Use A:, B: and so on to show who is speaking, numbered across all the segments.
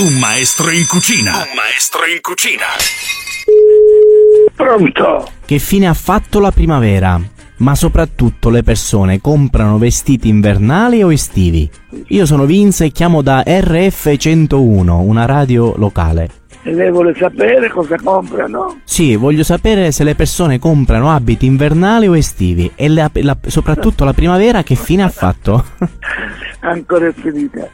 A: Un maestro in cucina. Un maestro in cucina.
B: Pronto?
C: Che fine ha fatto la primavera? Ma soprattutto le persone comprano vestiti invernali o estivi? Io sono Vince e chiamo da RF101, una radio locale.
B: E lei vuole sapere cosa comprano?
C: Sì, voglio sapere se le persone comprano abiti invernali o estivi e la- la- soprattutto la primavera che fine ha fatto?
B: Ancora è finita.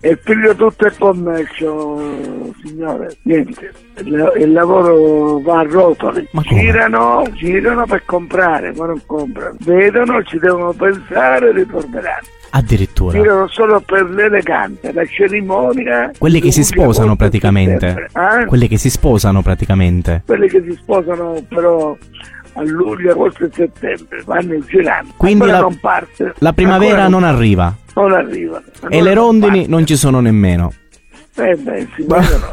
B: E figlio tutto il commercio, signore. Niente. Il, il lavoro va a rotoli.
C: Ma come?
B: Girano, girano per comprare, ma non comprano. Vedono, ci devono pensare, ritorneranno.
C: Addirittura.
B: Girano solo per l'eleganza, la cerimonia.
C: Quelli che si
B: l'unica
C: sposano
B: volta in
C: praticamente.
B: settembre. Eh?
C: Quelli che si sposano praticamente.
B: quelli che si sposano però a luglio, agosto e settembre vanno in girando.
C: Quindi
B: Ancora
C: la-
B: non parte.
C: La primavera
B: Ancora
C: non arriva
B: non arriva.
C: e le rondini non ci sono nemmeno.
B: sono. Eh beh, sì, vedono.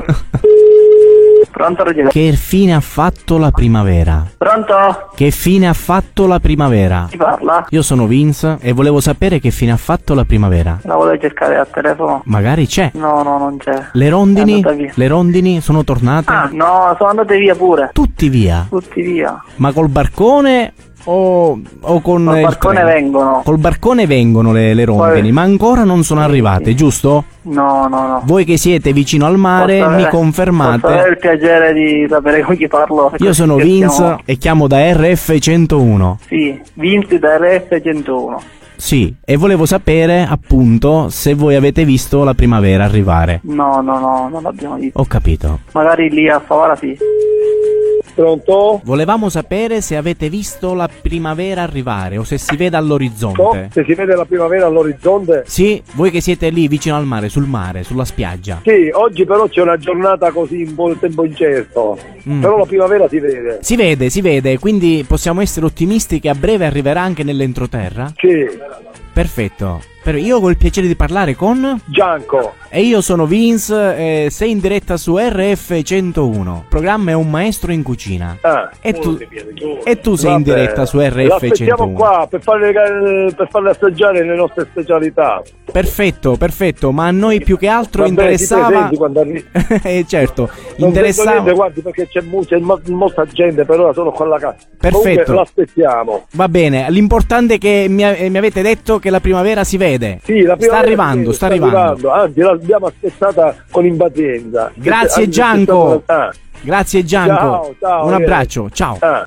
D: Pronto, Ruggero?
C: Che fine ha fatto la primavera?
D: Pronto?
C: Che fine ha fatto la primavera?
D: Chi parla?
C: Io sono Vince e volevo sapere che fine ha fatto la primavera.
D: La volevo cercare al telefono?
C: Magari c'è.
D: No, no, non c'è.
C: Le
D: È
C: rondini,
D: andata via.
C: le rondini sono tornate?
D: Ah, no, sono andate via pure.
C: Tutti via.
D: Tutti via.
C: Ma col barcone o, o con
D: Col
C: Eh, il
D: barcone
C: treno?
D: vengono.
C: Col barcone vengono le, le rondini,
D: Poi-
C: ma ancora non sono arrivate, giusto?
D: No, no, no.
C: Voi che siete vicino al mare
D: Posso
C: mi
D: avere- Posso avere
C: confermate.
D: il piacere di sapere con chi parlo.
C: Io sono
D: Che
C: Vince
D: siamo-
C: e chiamo da RF101.
D: Sì, Vince da RF101.
C: Sì, e volevo sapere appunto se voi avete visto la primavera arrivare.
D: No, no, no, non l'abbiamo visto.
C: Ho capito.
D: Magari lì a Favara sì.
E: Pronto?
C: Volevamo sapere se avete visto la primavera arrivare o se si vede all'orizzonte.
E: Se si vede la primavera all'orizzonte?
C: Sì, voi che siete lì vicino al mare, sul mare, sulla spiaggia.
E: Sì, oggi però c'è una giornata così in buon tempo incerto.
C: Mm.
E: Però la primavera si vede.
C: Si vede, si vede, quindi possiamo essere ottimisti che a breve arriverà anche nell'entroterra?
E: Sì,
C: Perfetto. Per- io ho il piacere di parlare con...
E: Gianco.
C: E io sono Vince, eh, sei in diretta su RF101. Il programma è un maestro in cucina.
E: Ah.
C: E tu, e tu sei in
E: Vabbè.
C: diretta su
E: L'aspettiamo
C: RF101.
E: qua per farle, per farle assaggiare le nostre specialità.
C: Perfetto, perfetto, ma a noi più che altro
E: Va bene, ti
C: interessava...
E: presenti quando arri-
C: eh, certo,
E: Non vedo niente,
C: interessava...
E: guardi, perché c'è, mo- c'è mo- molta gente per ora, sono con la casa.
C: Perfetto.
E: Comunque l'aspettiamo.
C: Va bene, l'importante è che mi, eh, mi avete detto che la primavera si vede.
E: Sì,
C: sta
E: la primavera
C: arrivando,
E: sì,
C: sta arrivando.
E: Anzi, l'abbiamo aspettata con impazienza.
C: Grazie,
E: Anzi,
C: Gianco.
E: aspettata- ah.
C: Grazie Gianco,
E: Ciao, ciao,
C: un
E: eh.
C: abbraccio, ciao.
E: ah, ah.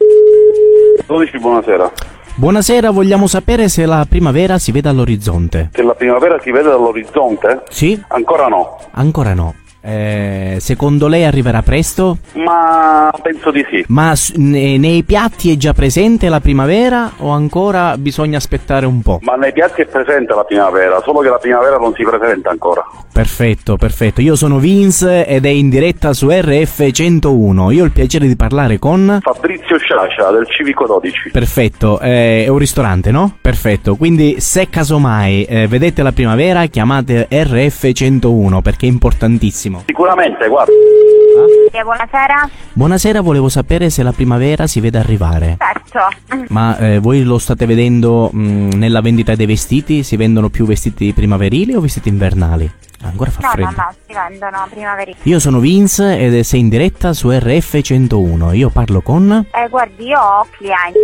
F: 12, buonasera.
C: Buonasera, vogliamo sapere se la primavera si vede all'orizzonte.
F: Se la primavera si vede dall'orizzonte?
C: Sì?
F: Ancora no,
C: Ancora no. Eh, secondo lei arriverà presto?
F: ma penso di sì.
C: Ma s- ne- nei piatti è già presente la primavera o ancora bisogna aspettare un po'?
F: Ma nei piatti è presente la primavera, solo che la primavera non si presenta ancora.
C: Perfetto, perfetto. Io sono Vince ed è in diretta su RF101. Io ho il piacere di parlare con...
F: Fabrizio Sciascia del Civico 12.
C: Perfetto, eh, è un ristorante, no? Perfetto, quindi se casomai eh, vedete la primavera chiamate RF101 perché è importantissimo.
F: Sicuramente, guarda.
G: Eh, Buonasera,
C: Buonasera, volevo sapere se la primavera si vede arrivare.
G: certo.
C: Ma eh, voi lo state vedendo mh, nella vendita dei vestiti? Si vendono più vestiti primaverili o vestiti invernali? Ah, Ancora fa
G: No,
C: freddo.
G: no, no, si vendono primaveri.
C: Io sono Vince ed eh, sei in diretta su RF101. Io parlo con
G: Eh, guardi, io ho clienti.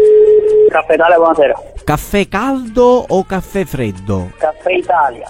D: Caffedale, buonasera.
C: caffè caldo o caffè freddo?
D: Caffè Italia.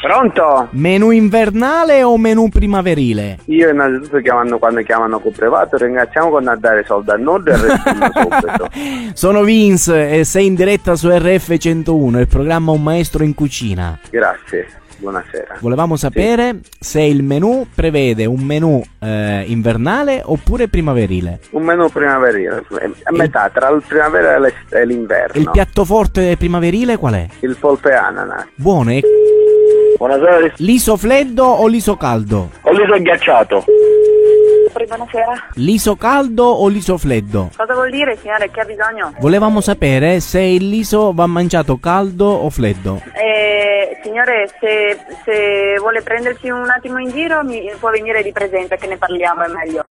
D: Pronto?
C: Menù invernale o menù primaverile?
H: Io innanzitutto chiamano, quando chiamano con privato ringraziamo con a dare soldi al nord e restiamo subito.
C: Sono Vince e sei in diretta su RF101, il programma Un maestro in cucina.
H: Grazie, buonasera.
C: Volevamo sapere se il menù prevede un menù eh, invernale oppere primaverile.
H: Un menù primaverile, a metà tra il primavera e l'est- e l'inverno.
C: Il piatto forte primaverile qual è?
H: Il polpe e ananas.
C: Buono, e
D: Buonasera,
C: l'iso freddo o l'iso caldo?
D: ho l'iso ghiacciato.
G: Buonasera.
C: L'iso caldo o l'iso freddo?
G: Cosa vuol dire, signore? Che ha bisogno?
C: Volevamo sapere se il liso va mangiato caldo o freddo.
G: Eh, signore, se, se vuole prenderci un attimo in giro, mi, può venire di presente che ne parliamo, è meglio.